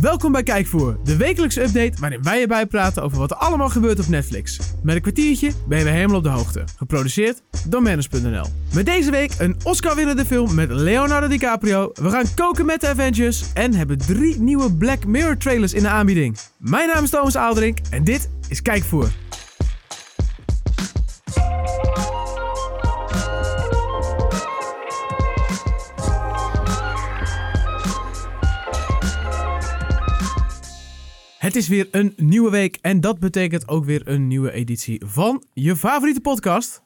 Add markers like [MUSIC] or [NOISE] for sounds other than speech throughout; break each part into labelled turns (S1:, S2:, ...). S1: Welkom bij Kijkvoer, de wekelijkse update waarin wij je bijpraten over wat er allemaal gebeurt op Netflix. Met een kwartiertje ben je weer helemaal op de hoogte. Geproduceerd door Manus.nl. Met deze week een Oscar-winnende film met Leonardo DiCaprio. We gaan koken met de Avengers en hebben drie nieuwe Black Mirror trailers in de aanbieding. Mijn naam is Thomas Aaldrink en dit is Kijkvoer. Het is weer een nieuwe week en dat betekent ook weer een nieuwe editie van je favoriete podcast.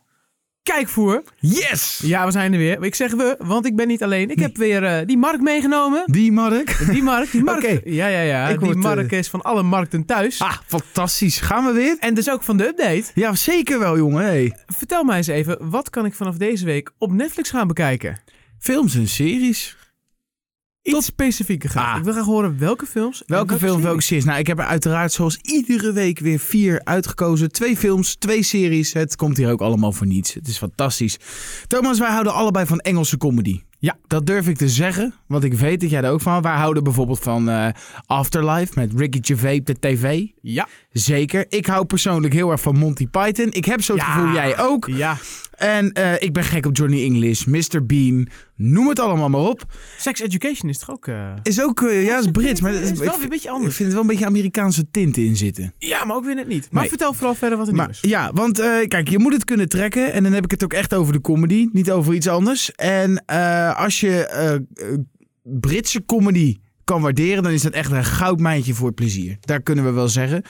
S1: Kijkvoer.
S2: Yes!
S1: Ja, we zijn er weer. Ik zeg we, want ik ben niet alleen. Ik heb weer eh, die Mark meegenomen.
S2: Die Mark.
S1: Die Mark, die Mark.
S2: Oké.
S1: Ja, ja, ja.
S2: Ik
S1: die
S2: word,
S1: Mark
S2: eh,
S1: is van alle markten thuis.
S2: Ah, fantastisch. Gaan we weer?
S1: En dus ook van de update.
S2: Ja, zeker wel, jongen. Hey.
S1: Vertel mij eens even, wat kan ik vanaf deze week op Netflix gaan bekijken?
S2: Films en series.
S1: Iets specifieker graag.
S2: Ah.
S1: Ik wil graag horen welke films. en
S2: Welke film, welke
S1: series.
S2: series? Nou, ik heb er uiteraard zoals iedere week weer vier uitgekozen. Twee films, twee series. Het komt hier ook allemaal voor niets. Het is fantastisch. Thomas, wij houden allebei van Engelse comedy.
S1: Ja.
S2: Dat durf ik te zeggen, want ik weet dat jij er ook van. Wij houden bijvoorbeeld van eh, Afterlife met Ricky Gervais op de tv.
S1: Ja.
S2: Zeker. Ik hou persoonlijk heel erg van Monty Python. Ik heb zo'n
S1: Ja.
S2: gevoel, jij ook.
S1: Ja.
S2: En eh, ik ben gek op Johnny English, Mr. Bean, noem het allemaal maar op.
S1: Sex Education is toch ook... eh,
S2: Is ook, eh, ja, is Brits, maar dat
S1: is wel
S2: ik
S1: weer een beetje
S2: vind
S1: anders.
S2: er wel een beetje Amerikaanse tinten in zitten.
S1: Ja, maar ook weer net niet. Maar
S2: Nee.
S1: vertel vooral verder wat er nieuw
S2: Maar,
S1: is.
S2: ja, want eh, kijk, je moet het kunnen trekken. En dan heb ik het ook echt over de comedy, niet over iets anders. En eh, als je eh, eh, Britse comedy kan waarderen, dan is dat echt een goudmijntje voor plezier. Daar kunnen we wel zeggen.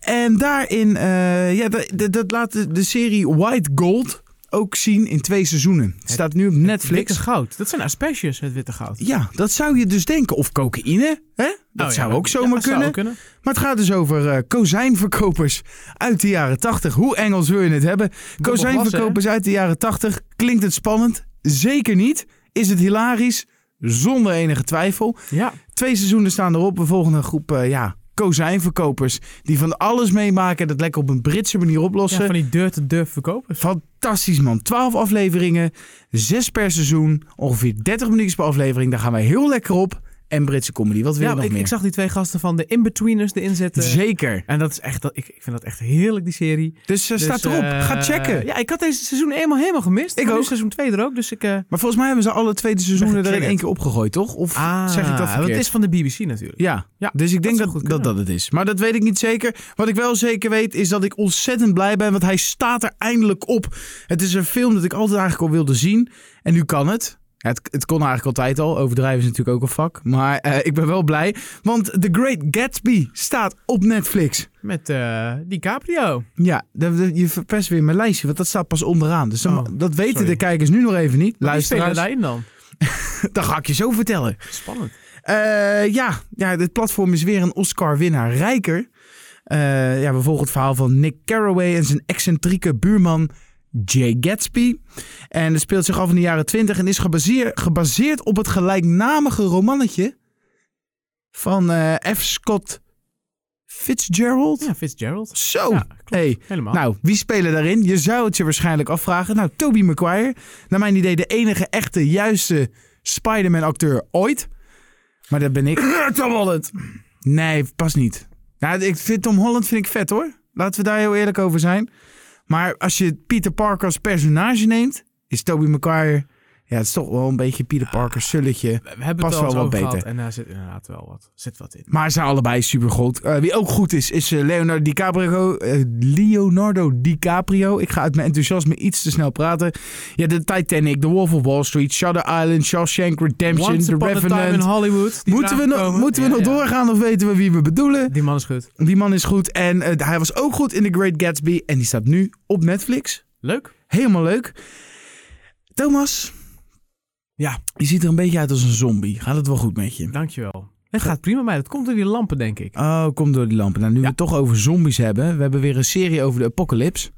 S2: En daarin, eh, ja, dat, dat- dat laat de, de serie White Gold ook zien in twee seizoenen. Het staat nu op Netflix.
S1: Witte goud. Dat zijn asperges, het witte goud.
S2: Ja, dat zou je dus denken. Of cocaïne, hè?
S1: Oh
S2: Dat
S1: ja,
S2: zou ook zomaar
S1: ja, dat zou
S2: kunnen.
S1: ook
S2: Maar het gaat dus over eh kozijnverkopers uit de jaren 80. Hoe Engels wil je het hebben? Kozijnverkopers uit de jaren 80. Klinkt het spannend? Zeker niet. Is het hilarisch? Zonder enige twijfel.
S1: Ja.
S2: Twee seizoenen staan erop. We volgen een groep eh, ja, kozijnverkopers die van alles meemaken. en Dat lekker op een Britse manier
S1: ja,
S2: oplossen.
S1: van die deur-to-deur verkopers.
S2: Fantastisch man. 12 afleveringen, 6 per seizoen, ongeveer 30 minuutjes per aflevering. Daar gaan wij heel lekker op. En Britse comedy, wat wil
S1: Ja,
S2: je nog
S1: ik, eh,
S2: meer?
S1: ik zag die twee gasten van de Inbetweeners, de inzetten.
S2: Zeker.
S1: En dat is echt, dat, ik, ik vind dat echt heerlijk, die serie.
S2: Dus eh,
S1: Dus,
S2: staat erop.
S1: eh,
S2: Ga checken.
S1: Ja, ik had deze seizoen eenmaal helemaal gemist. Maar
S2: Ik
S1: nu
S2: ook.
S1: is seizoen 2 er ook, dus ik... eh,
S2: Maar volgens mij hebben ze alle tweede seizoenen er in
S1: getriggerd.
S2: één keer opgegooid, toch? Of zeg ik dat
S1: Ah, want
S2: verkeerd?
S1: het is van de BBC natuurlijk.
S2: Ja.
S1: Ja,
S2: dus ik denk
S1: zou
S2: dat
S1: goed
S2: dat,
S1: kunnen.
S2: dat het is. Maar dat weet ik niet zeker. Wat ik wel zeker weet is dat ik ontzettend blij ben, want hij staat er eindelijk op. Het is een film dat ik altijd eigenlijk al wilde zien. En nu kan het. Ja, Het, het kon eigenlijk altijd al. Overdrijven is natuurlijk ook een vak. Maar eh, ik ben wel blij, want The Great Gatsby staat op Netflix.
S1: Met eh DiCaprio.
S2: Ja, dat- dat- je verpest weer mijn lijstje, want dat staat pas onderaan. Dus dan-
S1: Oh,
S2: dat weten
S1: sorry.
S2: de kijkers nu nog even niet.
S1: Wie spelen
S2: Luisteraars,
S1: daarin dan?
S2: dat ga ik je zo vertellen.
S1: Spannend.
S2: Eh, ja, ja, dit platform is weer een Oscar-winnaar rijker. Eh, ja, we volgen het verhaal van Nick Carraway en zijn excentrieke buurman Jay Gatsby. En het speelt zich af in de jaren 20 en is gebaseer- gebaseerd op het gelijknamige romannetje van eh, F. Scott Fitzgerald.
S1: Ja, Fitzgerald.
S2: Zo!
S1: Ja, klopt.
S2: Hey,
S1: Helemaal.
S2: nou, wie spelen daarin? Je zou het je waarschijnlijk afvragen. Nou, Toby Maguire. Naar mijn idee de enige echte, juiste Spider-Man-acteur ooit. Maar dat ben ik. [CLEARS THROAT] Tom Holland! Nee, pas niet. Nou, ik vind Tom Holland vind ik vet hoor. Laten we daar heel eerlijk over zijn. Maar als je Peter Parker als personage neemt, is Toby Maguire... Ja, het is toch wel een beetje Peter Parker's zulletje.
S1: we hebben
S2: past
S1: het al
S2: wel
S1: eens
S2: wat
S1: over gehad
S2: beter.
S1: En daar zit inderdaad wel wat, zit wat in.
S2: Maar ze zijn allebei supergoed. Eh wie ook goed is, is eh, Leonardo DiCaprio. eh, Leonardo DiCaprio. Ik ga uit mijn enthousiasme iets te snel praten. Ja, de Titanic, The Wolf of Wall Street, Shutter Island, Shawshank Redemption,
S1: Once
S2: The
S1: upon a time in
S2: Revenant.
S1: Hollywood. die
S2: Moeten we,
S1: eraan
S2: nog,
S1: komen.
S2: moeten we
S1: Ja,
S2: nog
S1: ja.
S2: doorgaan of weten we wie we bedoelen?
S1: Die man is goed.
S2: Die man is goed en eh, hij was ook goed in The Great Gatsby. En die staat nu op Netflix.
S1: Leuk.
S2: Helemaal leuk. Thomas,
S1: Ja.
S2: je ziet er een beetje uit als een zombie. Gaat het wel goed met je?
S1: Dankjewel. Het gaat prima mij. Dat komt door die lampen, denk ik.
S2: Oh, kom door die lampen. Nou, nu we het toch over zombies hebben. We hebben weer een serie over de apocalypse.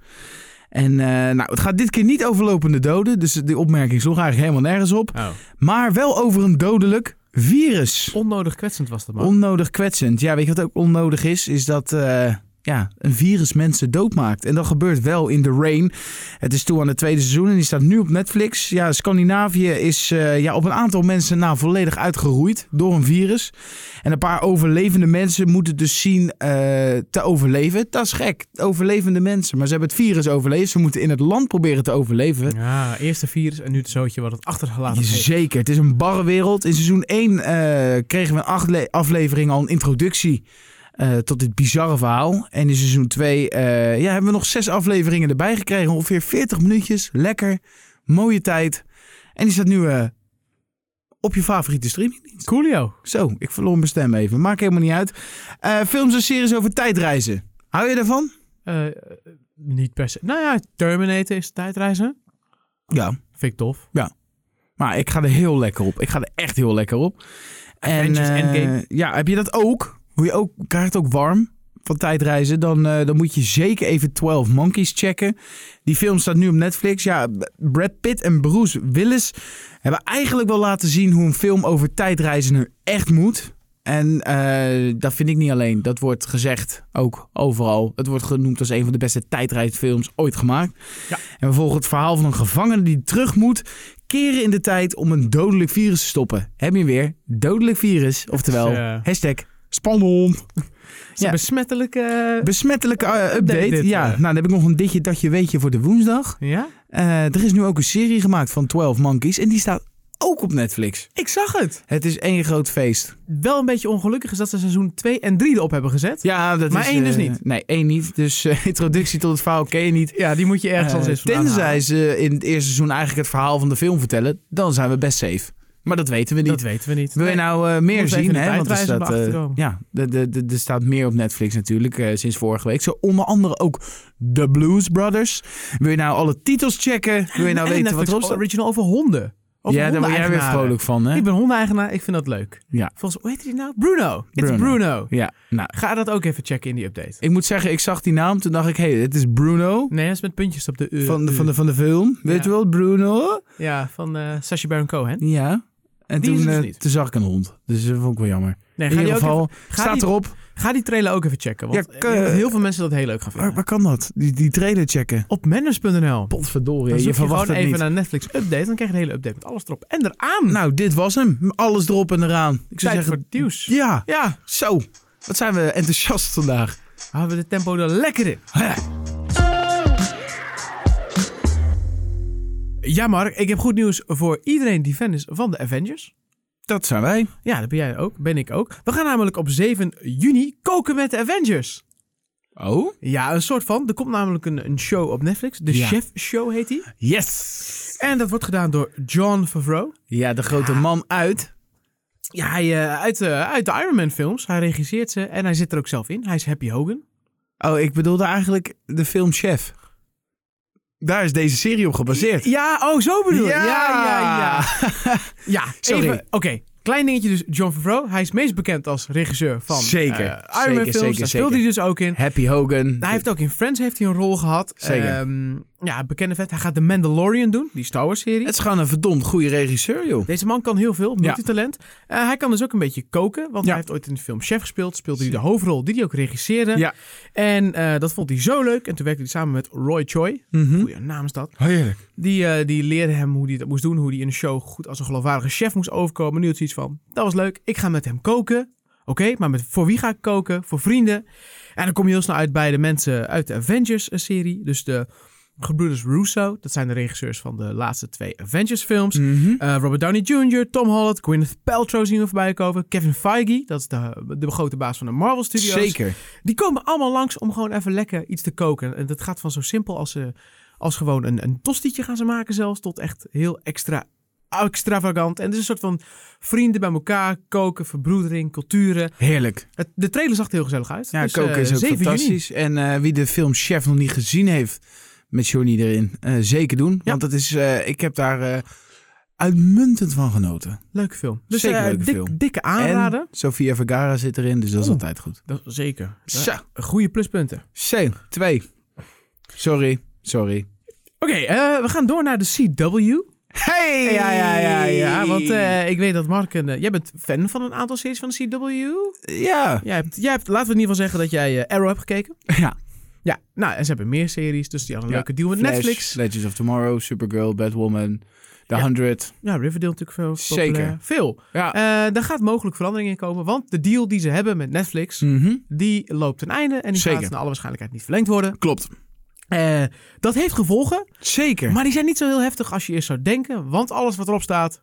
S2: En eh, nou, het gaat dit keer niet over lopende doden. Dus die opmerking sloeg eigenlijk helemaal nergens op.
S1: Oh.
S2: Maar wel over een dodelijk virus.
S1: Onnodig kwetsend was dat man.
S2: Onnodig kwetsend. Ja, weet je wat ook onnodig is? Is dat eh, ja, een virus mensen doodmaakt. En dat gebeurt wel in The Rain. Het is toe aan het tweede seizoen en die staat nu op Netflix. Ja, Scandinavië is eh, ja, op een aantal mensen nou volledig uitgeroeid door een virus. En een paar overlevende mensen moeten dus zien eh, te overleven. Dat is gek, overlevende mensen. Maar ze hebben het virus overleefd. Ze moeten in het land proberen te overleven.
S1: Ja, eerst de virus en nu het zootje wat het achtergelaten heeft.
S2: Zeker, het is een barre wereld. In seizoen 1 kregen we een acht le- aflevering al een introductie eh, tot dit bizarre verhaal. En in seizoen 2 ja, hebben we nog zes afleveringen erbij gekregen. Ongeveer 40 minuutjes, lekker, mooie tijd. En die staat nu eh, op je favoriete streaming.
S1: Coolio.
S2: Zo, ik verloor mijn stem even. Maakt helemaal niet uit. Eh, films en series over tijdreizen. Hou je daarvan?
S1: Eh, eh, niet per se. Nou ja, Terminator is tijdreizen.
S2: Ja.
S1: Vind ik tof.
S2: Maar ik ga er heel lekker op. Ik ga er echt heel lekker op. En
S1: Avengers
S2: eh,
S1: Endgame.
S2: ja, heb je dat ook? Hoe je ook krijgt het ook warm van tijdreizen. Dan, eh, dan moet je zeker even 12 Monkeys checken. Die film staat nu op Netflix. Ja, B- Brad Pitt en Bruce Willis hebben eigenlijk wel laten zien hoe een film over tijdreizen nu echt moet. En eh, dat vind ik niet alleen. Dat wordt gezegd ook overal. Het wordt genoemd als een van de beste tijdreisfilms ooit gemaakt.
S1: Ja.
S2: En we volgen het verhaal van een gevangene die terug moet keren in de tijd om een dodelijk virus te stoppen. Heb je weer dodelijk virus, oftewel
S1: Dus, eh,
S2: hashtag spannend.
S1: Is een
S2: Ja.
S1: besmettelijke...
S2: Besmettelijke eh, update.
S1: Update dit,
S2: ja,
S1: eh.
S2: nou dan heb ik nog een ditje dat je weet je voor de woensdag.
S1: ja?
S2: Eh, er is nu ook een serie gemaakt van 12 Monkeys en die staat ook op Netflix.
S1: Ik zag het.
S2: Het is één groot feest.
S1: Wel een beetje ongelukkig is dat ze seizoen 2 en 3 erop hebben gezet.
S2: Ja, dat
S1: Maar
S2: is,
S1: één dus
S2: eh,
S1: niet.
S2: Nee, één niet. Dus eh, [LAUGHS] introductie tot het verhaal ken je niet.
S1: Ja, die moet je ergens
S2: Eh,
S1: anders eens vandaan
S2: tenzij
S1: halen.
S2: ze in het eerste seizoen eigenlijk het verhaal van de film vertellen, dan zijn we best safe. Maar dat weten we niet.
S1: Dat weten we niet.
S2: Wil je
S1: Nee.
S2: nou eh, meer
S1: Moet even
S2: zien?
S1: de
S2: Hè? Want er
S1: tijdreizen
S2: staat, eh,
S1: erachter komen.
S2: ja, er- er- er- er staat meer op Netflix natuurlijk eh, sinds vorige week. Zo onder andere ook The Blues Brothers. Wil je nou alle titels checken? Wil je nou
S1: [LAUGHS] En
S2: weten
S1: Netflix
S2: wat erop staat?
S1: original over honden. Over
S2: Ja, daar word jij weer
S1: hondeneigenaren.
S2: vrolijk van, hè?
S1: Ik ben hondeneigenaar, ik vind dat leuk.
S2: Ja.
S1: Volgens hoe heet die nou? Bruno. It's
S2: Bruno.
S1: Bruno.
S2: Ja, nou.
S1: Ga dat ook even checken in die update.
S2: Ik moet zeggen, ik zag die naam. Toen dacht ik, hé, hey, dit is Bruno
S1: Nee, dat is met puntjes op de U.
S2: van, de, van, de, van de film. Weet
S1: Ja.
S2: je wel, Bruno?
S1: Ja, van eh Sacha Baron Cohen.
S2: Ja. En
S1: Die is
S2: toen,
S1: dus
S2: eh,
S1: niet.
S2: toen zag ik een hond. Dus dat vond ik wel jammer.
S1: Nee,
S2: In
S1: ga die,
S2: ieder
S1: ook even,
S2: geval,
S1: ga
S2: staat
S1: die-
S2: erop.
S1: ga die trailer ook even checken. Want
S2: Ja, eh,
S1: ik
S2: ke-
S1: denk dat heel veel mensen dat heel leuk gaan
S2: Waar,
S1: vinden.
S2: waar kan dat? Die, die trailer checken.
S1: Op manners.nl.
S2: Potverdorie,
S1: Dan
S2: je,
S1: zoek je
S2: verwacht
S1: gewoon
S2: het
S1: even
S2: niet.
S1: naar Netflix update. Dan krijg je een hele update met alles erop en eraan.
S2: Nou, dit was hem. Alles erop en eraan. Ik zou
S1: Tijd
S2: zeggen,
S1: voor het nieuws.
S2: ja,
S1: Ja,
S2: zo. Wat zijn we enthousiast vandaag.
S1: houden we de tempo er lekker in.
S2: Hè.
S1: Ja, Mark, ik heb goed nieuws voor iedereen die fan is van de Avengers.
S2: Dat zijn wij.
S1: Ja, dat ben jij ook. Ben ik ook. We gaan namelijk op 7 juni koken met de Avengers.
S2: Oh?
S1: Ja, een soort van. Er komt namelijk een, een show op Netflix. De
S2: Ja.
S1: Chef Show heet die.
S2: Yes!
S1: En dat wordt gedaan door John Favreau.
S2: Ja, de grote man uit.
S1: Ja, hij, eh, uit, eh, uit de Iron Man films. Hij regisseert ze en hij zit er ook zelf in. Hij is Happy Hogan.
S2: Oh, ik bedoelde eigenlijk de film Chef. Daar is deze serie op gebaseerd.
S1: Ja, oh, zo bedoel je.
S2: Ja.
S1: ja, ja. Ja, ja
S2: Sorry.
S1: even- Oké, klein dingetje dus. John Favreau, hij is meest bekend als regisseur van
S2: Zeker,
S1: eh,
S2: zeker,
S1: Iron Man films.
S2: zeker,
S1: Daar speelde
S2: zeker.
S1: hij dus ook in.
S2: Happy Hogan.
S1: Hij heeft ook in Friends heeft hij een rol gehad.
S2: Zeker.
S1: Ehm, ja, bekende vet. Hij gaat The Mandalorian doen, die Star Wars serie.
S2: Het is gewoon een verdomd goede regisseur, joh.
S1: Deze man kan heel veel, multitalent. Eh, hij kan dus ook een beetje koken, want
S2: Ja.
S1: hij heeft ooit in de film Chef gespeeld. Speelde hij de hoofdrol die hij ook regisseerde.
S2: Ja.
S1: En eh, dat vond hij zo leuk. En toen werkte hij samen met Roy Choi.
S2: Mhm.
S1: Goeie naam is dat.
S2: Heerlijk.
S1: Die, eh, die leerde hem hoe hij dat moest doen. Hoe hij in een show goed als een geloofwaardige chef moest overkomen. Nu had hij iets van, dat was leuk. Ik ga met hem koken. Oké, maar met, voor wie ga ik koken? Voor vrienden. En dan kom je heel snel uit bij de mensen uit de Avengers-serie. Dus de gebroeders Russo. Dat zijn de regisseurs van de laatste twee Avengers-films.
S2: Mhm.
S1: Eh, Robert Downey Jr., Tom Holland, Gwyneth Paltrow zien we voorbij komen. Kevin Feige, dat is de, de grote baas van de Marvel Studios.
S2: Zeker.
S1: Die komen allemaal langs om gewoon even lekker iets te koken. En dat gaat van zo simpel als, eh, als gewoon een, een tostietje gaan ze maken zelfs... tot echt heel extra extravagant. En het is een soort van vrienden bij elkaar, koken, verbroedering, culturen.
S2: Heerlijk.
S1: Het, de trailer zag er heel gezellig uit.
S2: Ja,
S1: Dus,
S2: koken
S1: eh,
S2: is ook
S1: 7 juni.
S2: fantastisch. En eh, wie de film Chef nog niet gezien heeft met Johnny erin, eh, zeker doen.
S1: Ja.
S2: Want dat is, eh, ik heb daar eh, uitmuntend van genoten.
S1: Leuke film. Dus
S2: Zeker
S1: eh,
S2: leuke
S1: dik-
S2: film.
S1: dikke aanrader.
S2: En Sofia Vergara zit erin, dus dat is
S1: Oeh.
S2: altijd goed.
S1: Dat, zeker.
S2: Zo,
S1: Goede pluspunten.
S2: C, twee. Sorry, sorry.
S1: Oké, eh, we gaan door naar de CW.
S2: Hey!
S1: Ja, ja, ja, ja. Want eh, ik weet dat Mark een. eh, jij bent fan van een aantal series van de CW.
S2: Ja.
S1: Jij hebt, jij hebt, laten we in ieder geval zeggen dat jij eh, Arrow hebt gekeken.
S2: ja.
S1: Ja, nou, en ze hebben meer series, dus die hadden een
S2: Ja,
S1: leuke deal met
S2: Flash,
S1: Netflix.
S2: Legends of Tomorrow, Supergirl, Batwoman, The 100.
S1: Ja, Riverdale natuurlijk veel.
S2: Zeker.
S1: populair. Veel.
S2: Ja.
S1: Eh, daar gaat mogelijk verandering in komen, want de deal die ze hebben met Netflix,
S2: Mhm.
S1: die loopt ten einde en die
S2: Zeker.
S1: gaat naar alle waarschijnlijkheid niet verlengd worden.
S2: Klopt.
S1: Eh, dat heeft gevolgen,
S2: Zeker.
S1: maar die zijn niet zo heel heftig als je eerst zou denken, want alles wat erop staat,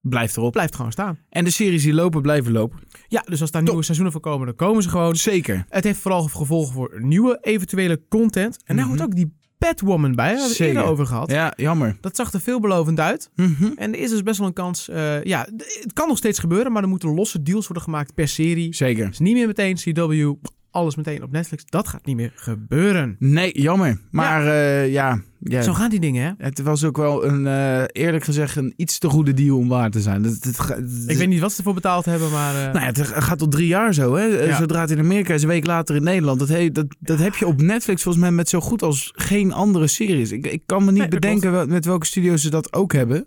S2: Blijft erop.
S1: blijft gewoon staan.
S2: En de series die lopen, blijven lopen.
S1: Ja, dus als daar nieuwe seizoenen voor komen, dan komen ze gewoon.
S2: Zeker.
S1: Het heeft vooral gevolgen voor nieuwe eventuele content. En daar hoort ook die Batwoman bij, daar hebben we het
S2: Mhm. Zeker.
S1: eerder over gehad.
S2: Ja, jammer.
S1: Dat zag er veelbelovend uit.
S2: Mhm.
S1: En er is dus best wel een kans. eh, ja, d- het kan nog steeds gebeuren, maar er moeten losse deals worden gemaakt per serie.
S2: Zeker.
S1: Dus niet meer meteen CW, alles meteen op Netflix. Dat gaat niet meer gebeuren.
S2: Nee, jammer. Maar eh, ja. ja.
S1: Zo gaan die dingen, hè?
S2: Het was ook wel een, eh, eerlijk gezegd, een iets te goede deal om waar te zijn. Het, het, ga- het-
S1: Ik weet niet wat ze ervoor betaald hebben, maar... eh,
S2: Nou ja, het gaat tot drie jaar zo. Hè? Eh,
S1: Ja.
S2: Zodra het in Amerika is, een week later in Nederland. Dat, he- dat, dat heb je op Netflix volgens mij met zo goed als geen andere series. Ik, ik kan me niet
S1: Nee, dat
S2: bedenken wel- met welke studio's ze dat ook hebben.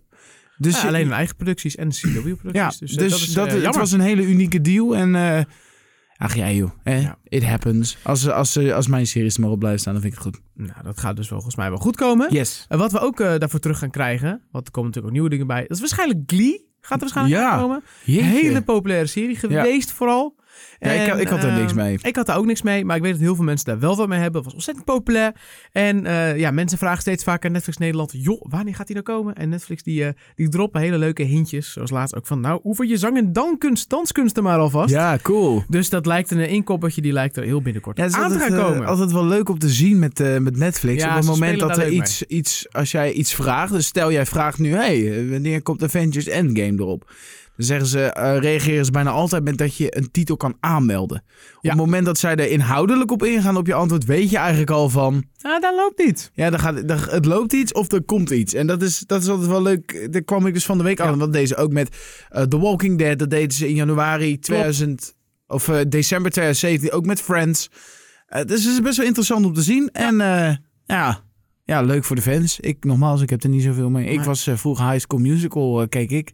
S2: Dus
S1: ja,
S2: je-
S1: alleen hun eigen producties en CW-producties.
S2: Ja,
S1: dus,
S2: dus,
S1: eh, dat is
S2: dat,
S1: eh,
S2: het
S1: jammer.
S2: was een hele unieke deal. En eh, ach ja joh, hè?
S1: Ja.
S2: it happens. Als, als, eh, als, als mijn series er maar op blijft staan, dan vind ik het goed.
S1: Nou, dat gaat dus volgens mij wel goed komen.
S2: Yes.
S1: En wat we ook eh, daarvoor terug gaan krijgen, want er komen natuurlijk ook nieuwe dingen bij. Dat is waarschijnlijk Glee. Gaat er waarschijnlijk
S2: Ja.
S1: aan komen.
S2: Jeetje.
S1: Hele populaire serie geweest vooral.
S2: Ja, ik,
S1: En,
S2: ik had daar
S1: eh,
S2: niks mee.
S1: Ik had daar ook niks mee, maar ik weet dat heel veel mensen daar wel wat mee hebben. Het was ontzettend populair. En eh, ja, mensen vragen steeds vaker Netflix Nederland, joh, wanneer gaat die nou komen? En Netflix die, eh, die droppen hele leuke hintjes, zoals laatst ook van, nou, oefen je zang en danskunst, danskunsten maar alvast.
S2: Ja, cool.
S1: Dus dat lijkt een inkoppertje, die lijkt er heel binnenkort
S2: Ja, het is
S1: aan te
S2: altijd,
S1: gaan
S2: eh,
S1: komen.
S2: altijd wel leuk om te zien met, eh, met Netflix.
S1: Ja,
S2: op het
S1: ze
S2: moment
S1: spelen
S2: dat
S1: daar
S2: er
S1: leuk
S2: iets, iets, als jij iets vraagt, dus stel jij vraagt nu, hey, eh, wanneer komt Avengers Endgame erop? Dan zeggen ze, eh, reageren ze bijna altijd met dat je een titel kan aanmelden. Op
S1: Ja.
S2: het moment dat zij er inhoudelijk op ingaan op je antwoord, weet je eigenlijk al van,
S1: ah, dat loopt niet.
S2: ja, dan gaat, dan, het loopt iets of er komt iets. En dat is, dat is altijd wel leuk. Daar kwam ik dus van de week aan. Want deze ook met eh, The Walking Dead. Dat deden ze in januari 2000. Of eh, december 2017. Ook met Friends. Eh, dus het is best wel interessant om te zien. En eh, ja. ja, leuk voor de fans. Ik, nogmaals, ik heb er niet zoveel mee. Ik
S1: Maar-
S2: was eh, vroeger High School Musical, eh, keek ik.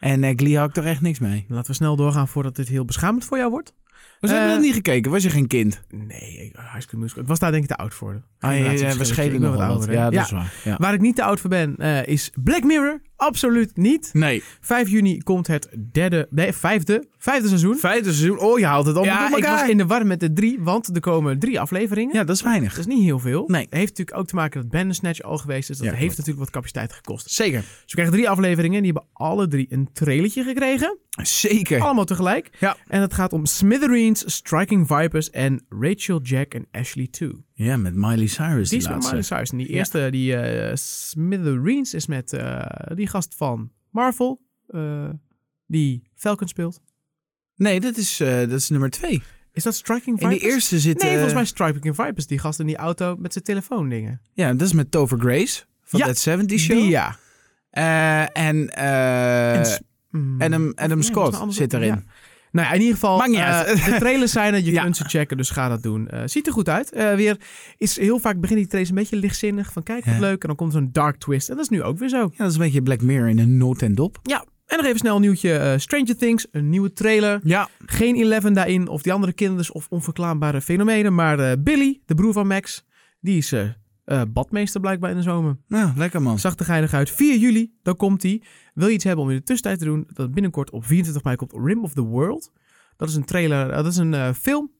S2: En eh, Glee had ik toch echt niks mee.
S1: Laten we snel doorgaan voordat dit heel beschamend voor jou wordt.
S2: Was je
S1: Eh,
S2: dat niet gekeken? Was je geen kind?
S1: Nee, ik- High School Musical. Ik was daar denk ik te oud voor.
S2: Ah, ja, ja, we
S1: Generatieverschilletje. Ik
S2: schelen
S1: ben
S2: nog wel
S1: wat
S2: wat.
S1: ouder, hè?
S2: Ja, dat
S1: Ja.
S2: is waar. Ja.
S1: Waar ik niet te oud voor ben, eh, is Black Mirror. Absoluut niet.
S2: Nee.
S1: 5 juni komt het derde, nee, vijfde, vijfde seizoen.
S2: Vijfde seizoen. Oh, je haalt het allemaal door
S1: ja, ik
S2: elkaar.
S1: was in de war met de drie, want er komen drie afleveringen.
S2: Ja, dat is weinig.
S1: Dat is niet heel veel.
S2: Nee.
S1: Het heeft natuurlijk ook te maken dat Bandersnatch al geweest is. Dat
S2: Ja,
S1: heeft
S2: klopt.
S1: natuurlijk wat capaciteit gekost.
S2: Zeker.
S1: Dus we krijgen drie afleveringen en die hebben alle drie een trailertje gekregen.
S2: Zeker.
S1: Allemaal tegelijk.
S2: Ja.
S1: En dat gaat om Smithereens, Striking Vipers en Rachel, Jack en Ashley 2.
S2: Ja, met Miley Cyrus
S1: Die
S2: die,
S1: is met
S2: laatste.
S1: Miley Cyrus. En die eerste, die eh, Smithereens, is met eh, die gast van Marvel. eh, die Falcon speelt.
S2: Nee, dat is, eh, dat is nummer twee.
S1: Is dat Striking
S2: In
S1: Vipers?
S2: die eerste zit...
S1: Nee,
S2: eh,
S1: volgens mij Striking Vipers. Die gast in die auto met zijn telefoon dingen.
S2: Ja, dat is met Tover Grace van
S1: Ja,
S2: That 70 Show.
S1: Die, ja.
S2: Eh, en eh,
S1: En s- Mm.
S2: Adam, Adam
S1: Nee, volgens
S2: Scott
S1: mij anders-
S2: zit erin.
S1: ja. Nou ja, in ieder geval,
S2: Maakt niet
S1: eh,
S2: uit.
S1: de trailers zijn er, je
S2: [LAUGHS] Ja.
S1: kunt ze checken, dus ga dat doen. Eh, ziet er goed uit. Eh, weer is heel vaak beginnen die trailers een beetje lichtzinnig, van kijk, wat
S2: Ja.
S1: leuk. En dan komt zo'n dark twist, en dat is nu ook weer zo.
S2: Ja, dat is een beetje Black Mirror in een noot en dop.
S1: Ja, en nog even snel een nieuwtje. eh, Stranger Things, een nieuwe trailer.
S2: Ja.
S1: Geen Eleven daarin, of die andere kinders, of onverklaarbare fenomenen. Maar eh, Billy, de broer van Max, die is eh, eh, badmeester blijkbaar in de zomer.
S2: Nou, lekker man.
S1: Zag er geinig uit. 4 juli, dan komt die. Wil je iets hebben om in de tussentijd te doen? Dat binnenkort op 24 mei komt Rim of the World. Dat is een trailer, eh, dat is een eh, film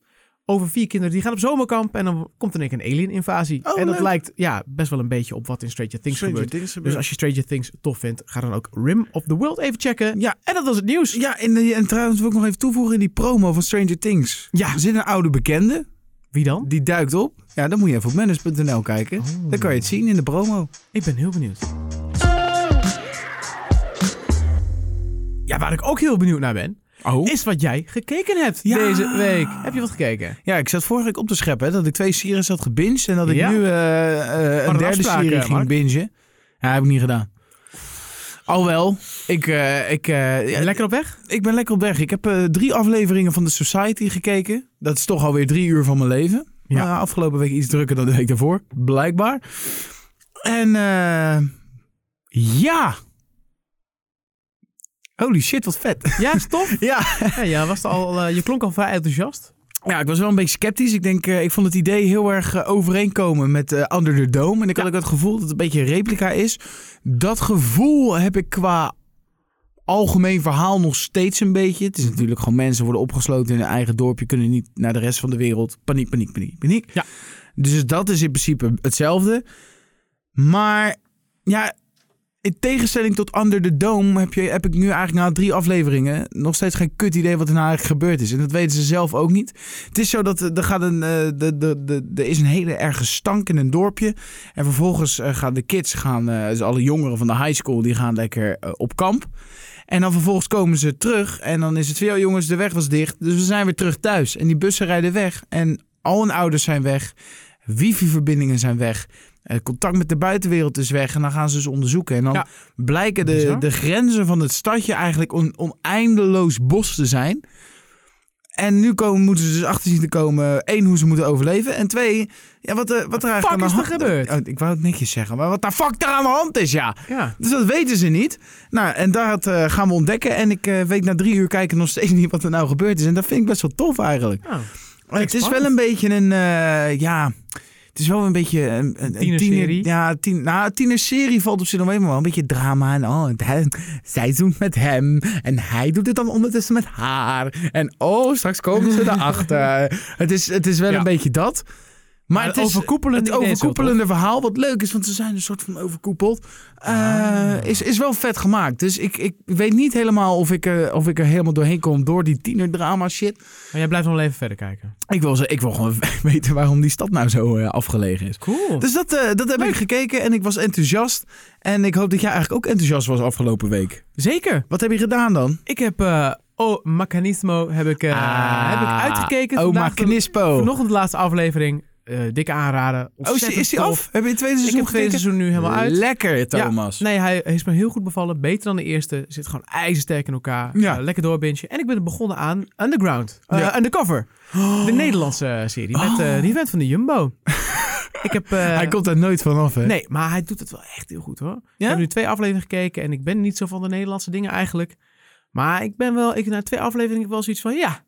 S1: over vier kinderen die gaan op zomerkamp. En dan komt er een alien invasie.
S2: Oh,
S1: en dat
S2: leuk.
S1: lijkt ja, best wel een beetje op wat in Stranger Things gebeurt. Dus als je Stranger Things tof vindt, ga dan ook Rim of the World even checken.
S2: Ja.
S1: En dat was het nieuws.
S2: Ja, en, die- en trouwens wil ik nog even toevoegen in die promo van Stranger Things.
S1: Ja.
S2: Er zit een oude bekende,
S1: Wie dan?
S2: die duikt op. Ja, dan moet je even op manners.nl kijken.
S1: Oh.
S2: Dan kan je het zien in de promo.
S1: Ik ben heel benieuwd. Ja, waar ik ook heel benieuwd naar ben,
S2: Oh?
S1: is wat jij gekeken hebt
S2: Ja.
S1: deze week. Heb je wat gekeken?
S2: Ja, ik zat vorige week op te scheppen. Hè, dat ik twee series had gebinged. En dat ik
S1: Ja.
S2: nu eh, eh, een
S1: een
S2: derde
S1: afspraak,
S2: serie
S1: eh,
S2: ging
S1: Mark?
S2: bingen. Ja, heb ik niet gedaan. Alwel, ik, eh, ik, eh, ja,
S1: Lekker op weg?
S2: ik ben lekker op weg. Ik heb eh, drie afleveringen van The Society gekeken. Dat is toch alweer drie uur van mijn leven.
S1: Ja.
S2: Ja. afgelopen week iets drukker dan de week daarvoor. Blijkbaar. En eh, Ja! Holy shit, wat vet.
S1: Ja, is tof.
S2: [LAUGHS] Ja.
S1: ja, ja, was er al, eh, je klonk al vrij enthousiast.
S2: Ja, ik was wel een beetje sceptisch. Ik denk, eh, ik vond het idee heel erg eh, overeenkomen met eh Under the Dome. En ik had ook het gevoel dat het een beetje een replica is. Dat gevoel heb ik qua algemeen verhaal nog steeds een beetje. Het is natuurlijk gewoon mensen worden opgesloten in hun eigen dorpje, kunnen niet naar de rest van de wereld. Paniek, paniek, paniek, paniek.
S1: Ja.
S2: Dus dat is in principe hetzelfde. Maar ja, in tegenstelling tot Under the Dome heb, je, heb ik nu eigenlijk na drie afleveringen nog steeds geen kut idee wat er nou eigenlijk gebeurd is. En dat weten ze zelf ook niet. Het is zo dat eh, er, gaat een, eh, de, de, de, er is een hele erge stank in een dorpje. En vervolgens eh, gaan de kids, gaan, eh, dus alle jongeren van de high school, die gaan lekker eh, op kamp. En dan vervolgens komen ze terug en dan is het weer, "Oh, jongens, de weg was dicht. Dus we zijn weer terug thuis. En die bussen rijden weg en al hun ouders zijn weg. Wifi-verbindingen zijn weg. Eh, contact met de buitenwereld is weg. En dan gaan ze dus onderzoeken. En dan
S1: Ja.
S2: blijken de,
S1: Bizar.
S2: de grenzen van het stadje eigenlijk een oneindeloos bos te zijn. En nu komen, moeten ze dus achter zien te komen, één, hoe ze moeten overleven. En twee, ja, wat, eh, wat er eigenlijk
S1: fuck
S2: aan de
S1: is er
S2: hand-
S1: gebeurd?
S2: Oh, ik wou het netjes zeggen, maar wat de fuck er aan de hand is, ja.
S1: Ja.
S2: Dus dat weten ze niet. Nou, en dat eh, gaan we ontdekken. En ik eh, weet na drie uur kijken nog steeds niet wat er nou gebeurd is. En dat vind ik best wel tof eigenlijk.
S1: Nou,
S2: Oh, het is
S1: spannend.
S2: wel een beetje een, eh, ja... Het is wel een beetje een, een, een
S1: Tienerserie.
S2: tiener- ja, tien, nou, tienerserie valt op zich nog wel, maar wel een beetje drama. En oh, het- hij- zij doet met hem. En hij doet het dan ondertussen met haar. En oh, straks komen ze
S1: [LAUGHS]
S2: erachter. Het is, het is wel
S1: Ja.
S2: een beetje dat. Maar,
S1: het
S2: het is,
S1: overkoepelende
S2: het
S1: idee is wel
S2: overkoepelende verhaal, wat leuk is, want ze zijn een soort van overkoepeld, eh,
S1: Ah.
S2: is, is wel vet gemaakt. Dus ik, ik weet niet helemaal of ik, er, of ik er helemaal doorheen kom door die tienerdrama shit.
S1: tof. Maar jij blijft nog wel even verder kijken.
S2: Ik wil, ze- ik wil gewoon [LAUGHS] weten waarom die stad nou zo eh, afgelegen is.
S1: Cool.
S2: Dus dat, eh, dat heb ik gekeken en ik was enthousiast. En ik hoop dat jij eigenlijk ook enthousiast was afgelopen week.
S1: Zeker.
S2: Wat heb je gedaan dan?
S1: Ik heb eh Oh Mechanismo heb ik, eh,
S2: Ah,
S1: heb ik uitgekeken.
S2: Oma
S1: Vandaag de-
S2: Knispo.
S1: Vanochtend de laatste aflevering. Eh dikke aanraden.
S2: oh, is,
S1: Ontzettend
S2: die- is die
S1: tof.
S2: af? Heb je het tweede
S1: Ik heb
S2: seizoen
S1: het tweede
S2: gekeken?
S1: seizoen nu helemaal uit.
S2: Lekker, Thomas.
S1: Ja, nee, hij, hij is me heel goed bevallen. Beter dan de eerste. Zit gewoon ijzersterk in elkaar.
S2: Ja.
S1: Eh, lekker doorbintje. En ik ben begonnen aan Underground. Eh,
S2: Ja. Oh.
S1: Undercover. De Nederlandse serie. Met eh, die vent van de
S2: [LAUGHS]
S1: Jumbo. ik heb... eh,
S2: Hij komt daar nooit vanaf, hè?
S1: Nee, maar hij doet het wel echt heel goed hoor. Ik
S2: Ja?
S1: heb nu twee afleveringen gekeken en ik ben niet zo van de Nederlandse dingen eigenlijk. Maar ik ben wel, ik, na twee afleveringen heb ik wel zoiets van, ja,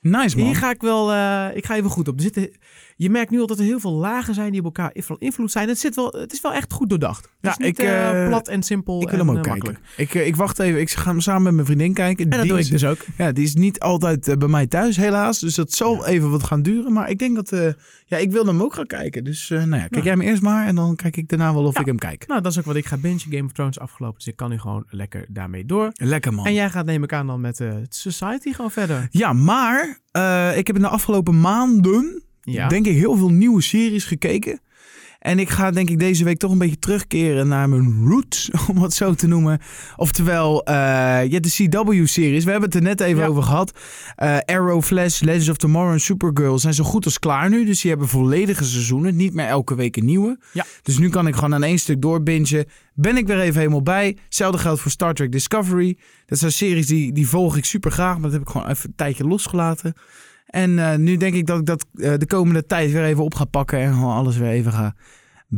S2: Nice, man.
S1: hier ga ik wel, eh, ik ga even goed op. Er zitten, je merkt nu al dat er heel veel lagen zijn die op elkaar van invloed zijn. Het, zit wel, het is wel echt goed doordacht. Het
S2: Ja,
S1: is niet
S2: ik,
S1: eh,
S2: eh,
S1: plat en simpel
S2: Ik wil
S1: en,
S2: hem ook
S1: eh,
S2: kijken.
S1: makkelijk.
S2: Ik, eh, ik wacht even. Ik ga hem samen met mijn vriendin kijken.
S1: En dat
S2: die
S1: doe ik
S2: is,
S1: dus ook.
S2: ja, die is niet altijd eh, bij mij thuis, helaas. Dus dat zal even wat gaan duren. Maar ik denk dat... eh, ja, ik wil hem ook gaan kijken. Dus eh, nou ja, kijk
S1: Ja.
S2: jij hem eerst maar. En dan kijk ik daarna wel of
S1: Ja.
S2: ik hem kijk.
S1: Nou, dat is ook wat ik ga bingen. Game of Thrones afgelopen, dus ik kan nu gewoon lekker daarmee door.
S2: Lekker, man.
S1: En jij gaat neem ik aan dan met eh, Society gewoon verder.
S2: Ja, maar eh, ik heb in de afgelopen maanden...
S1: Ja.
S2: denk ik heel veel nieuwe series gekeken. En ik ga denk ik deze week toch een beetje terugkeren naar mijn roots, [LAUGHS] om het zo te noemen. Oftewel, eh, ja, de CW-series. We hebben het er net even
S1: Ja.
S2: over gehad. Eh, Arrow, Flash, Legends of Tomorrow en Supergirl zijn zo goed als klaar nu. Dus die hebben volledige seizoenen, niet meer elke week een nieuwe.
S1: Ja.
S2: Dus nu kan ik gewoon aan één stuk doorbingen. Ben ik weer even helemaal bij. Hetzelfde geldt voor Star Trek Discovery. Dat zijn series die, die volg ik super graag, maar dat heb ik gewoon even een tijdje losgelaten. En eh, nu denk ik dat ik dat eh, de komende tijd weer even op ga pakken en gewoon alles weer even ga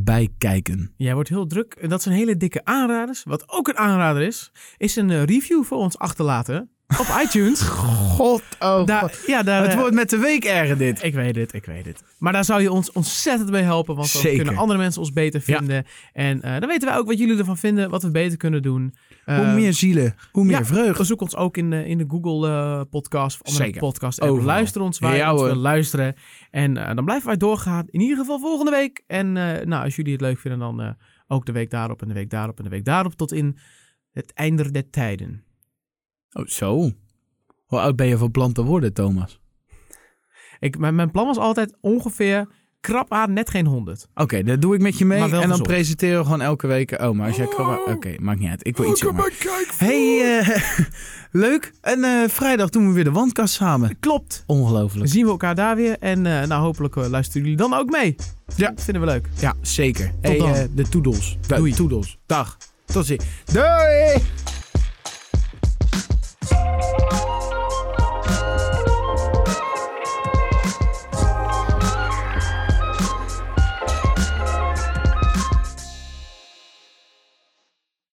S2: bijkijken.
S1: Jij wordt heel druk. En Dat zijn hele dikke aanraders. Wat ook een aanrader is, is een eh, review voor ons achterlaten op
S2: [LAUGHS]
S1: iTunes.
S2: God, oh
S1: Daar, ja, daar,
S2: Het
S1: eh,
S2: wordt met de week erger dit.
S1: Ik weet het, ik weet het. Maar daar zou je ons ontzettend mee helpen, want dan
S2: Zeker.
S1: kunnen andere mensen ons beter
S2: Ja.
S1: vinden. En eh, dan weten wij ook wat jullie ervan vinden, wat we beter kunnen doen.
S2: hoe
S1: Eh,
S2: meer zielen, hoe meer
S1: ja,
S2: vreugd.
S1: Zoek ons ook in de, in de Google eh, podcast of andere
S2: Zeker.
S1: podcast. En
S2: Overal.
S1: luister ons waar
S2: Ja,
S1: je ons
S2: hoor.
S1: wil luisteren. En eh, dan blijven wij doorgaan. In ieder geval volgende week. En eh, nou, als jullie het leuk vinden, dan eh, ook de week daarop en de week daarop en de week daarop. Tot in het einde der tijden.
S2: Oh, zo. Hoe oud ben je van plan te worden, Thomas?
S1: Ik, mijn, mijn plan was altijd ongeveer krap aan net geen 100.
S2: Oké, dat doe ik met je mee.
S1: Maar
S2: En
S1: wel
S2: dan
S1: gezond.
S2: presenteren we gewoon elke week. Oh, maar als jij...
S1: Hallo.
S2: Oké, maakt niet uit. Ik wil iets jonger.
S1: kijk
S2: Hey, eh, [LAUGHS] leuk. En eh, vrijdag doen we weer de wandkast samen.
S1: Klopt.
S2: Ongelooflijk.
S1: Dan zien we elkaar daar weer. En eh, nou, hopelijk eh, luisteren jullie dan ook mee.
S2: Ja.
S1: Dat vinden we leuk.
S2: Ja, zeker.
S1: dan.
S2: eh, de toedels.
S1: Doei.
S2: Doei. Toedels. Dag. Tot ziens. Doei.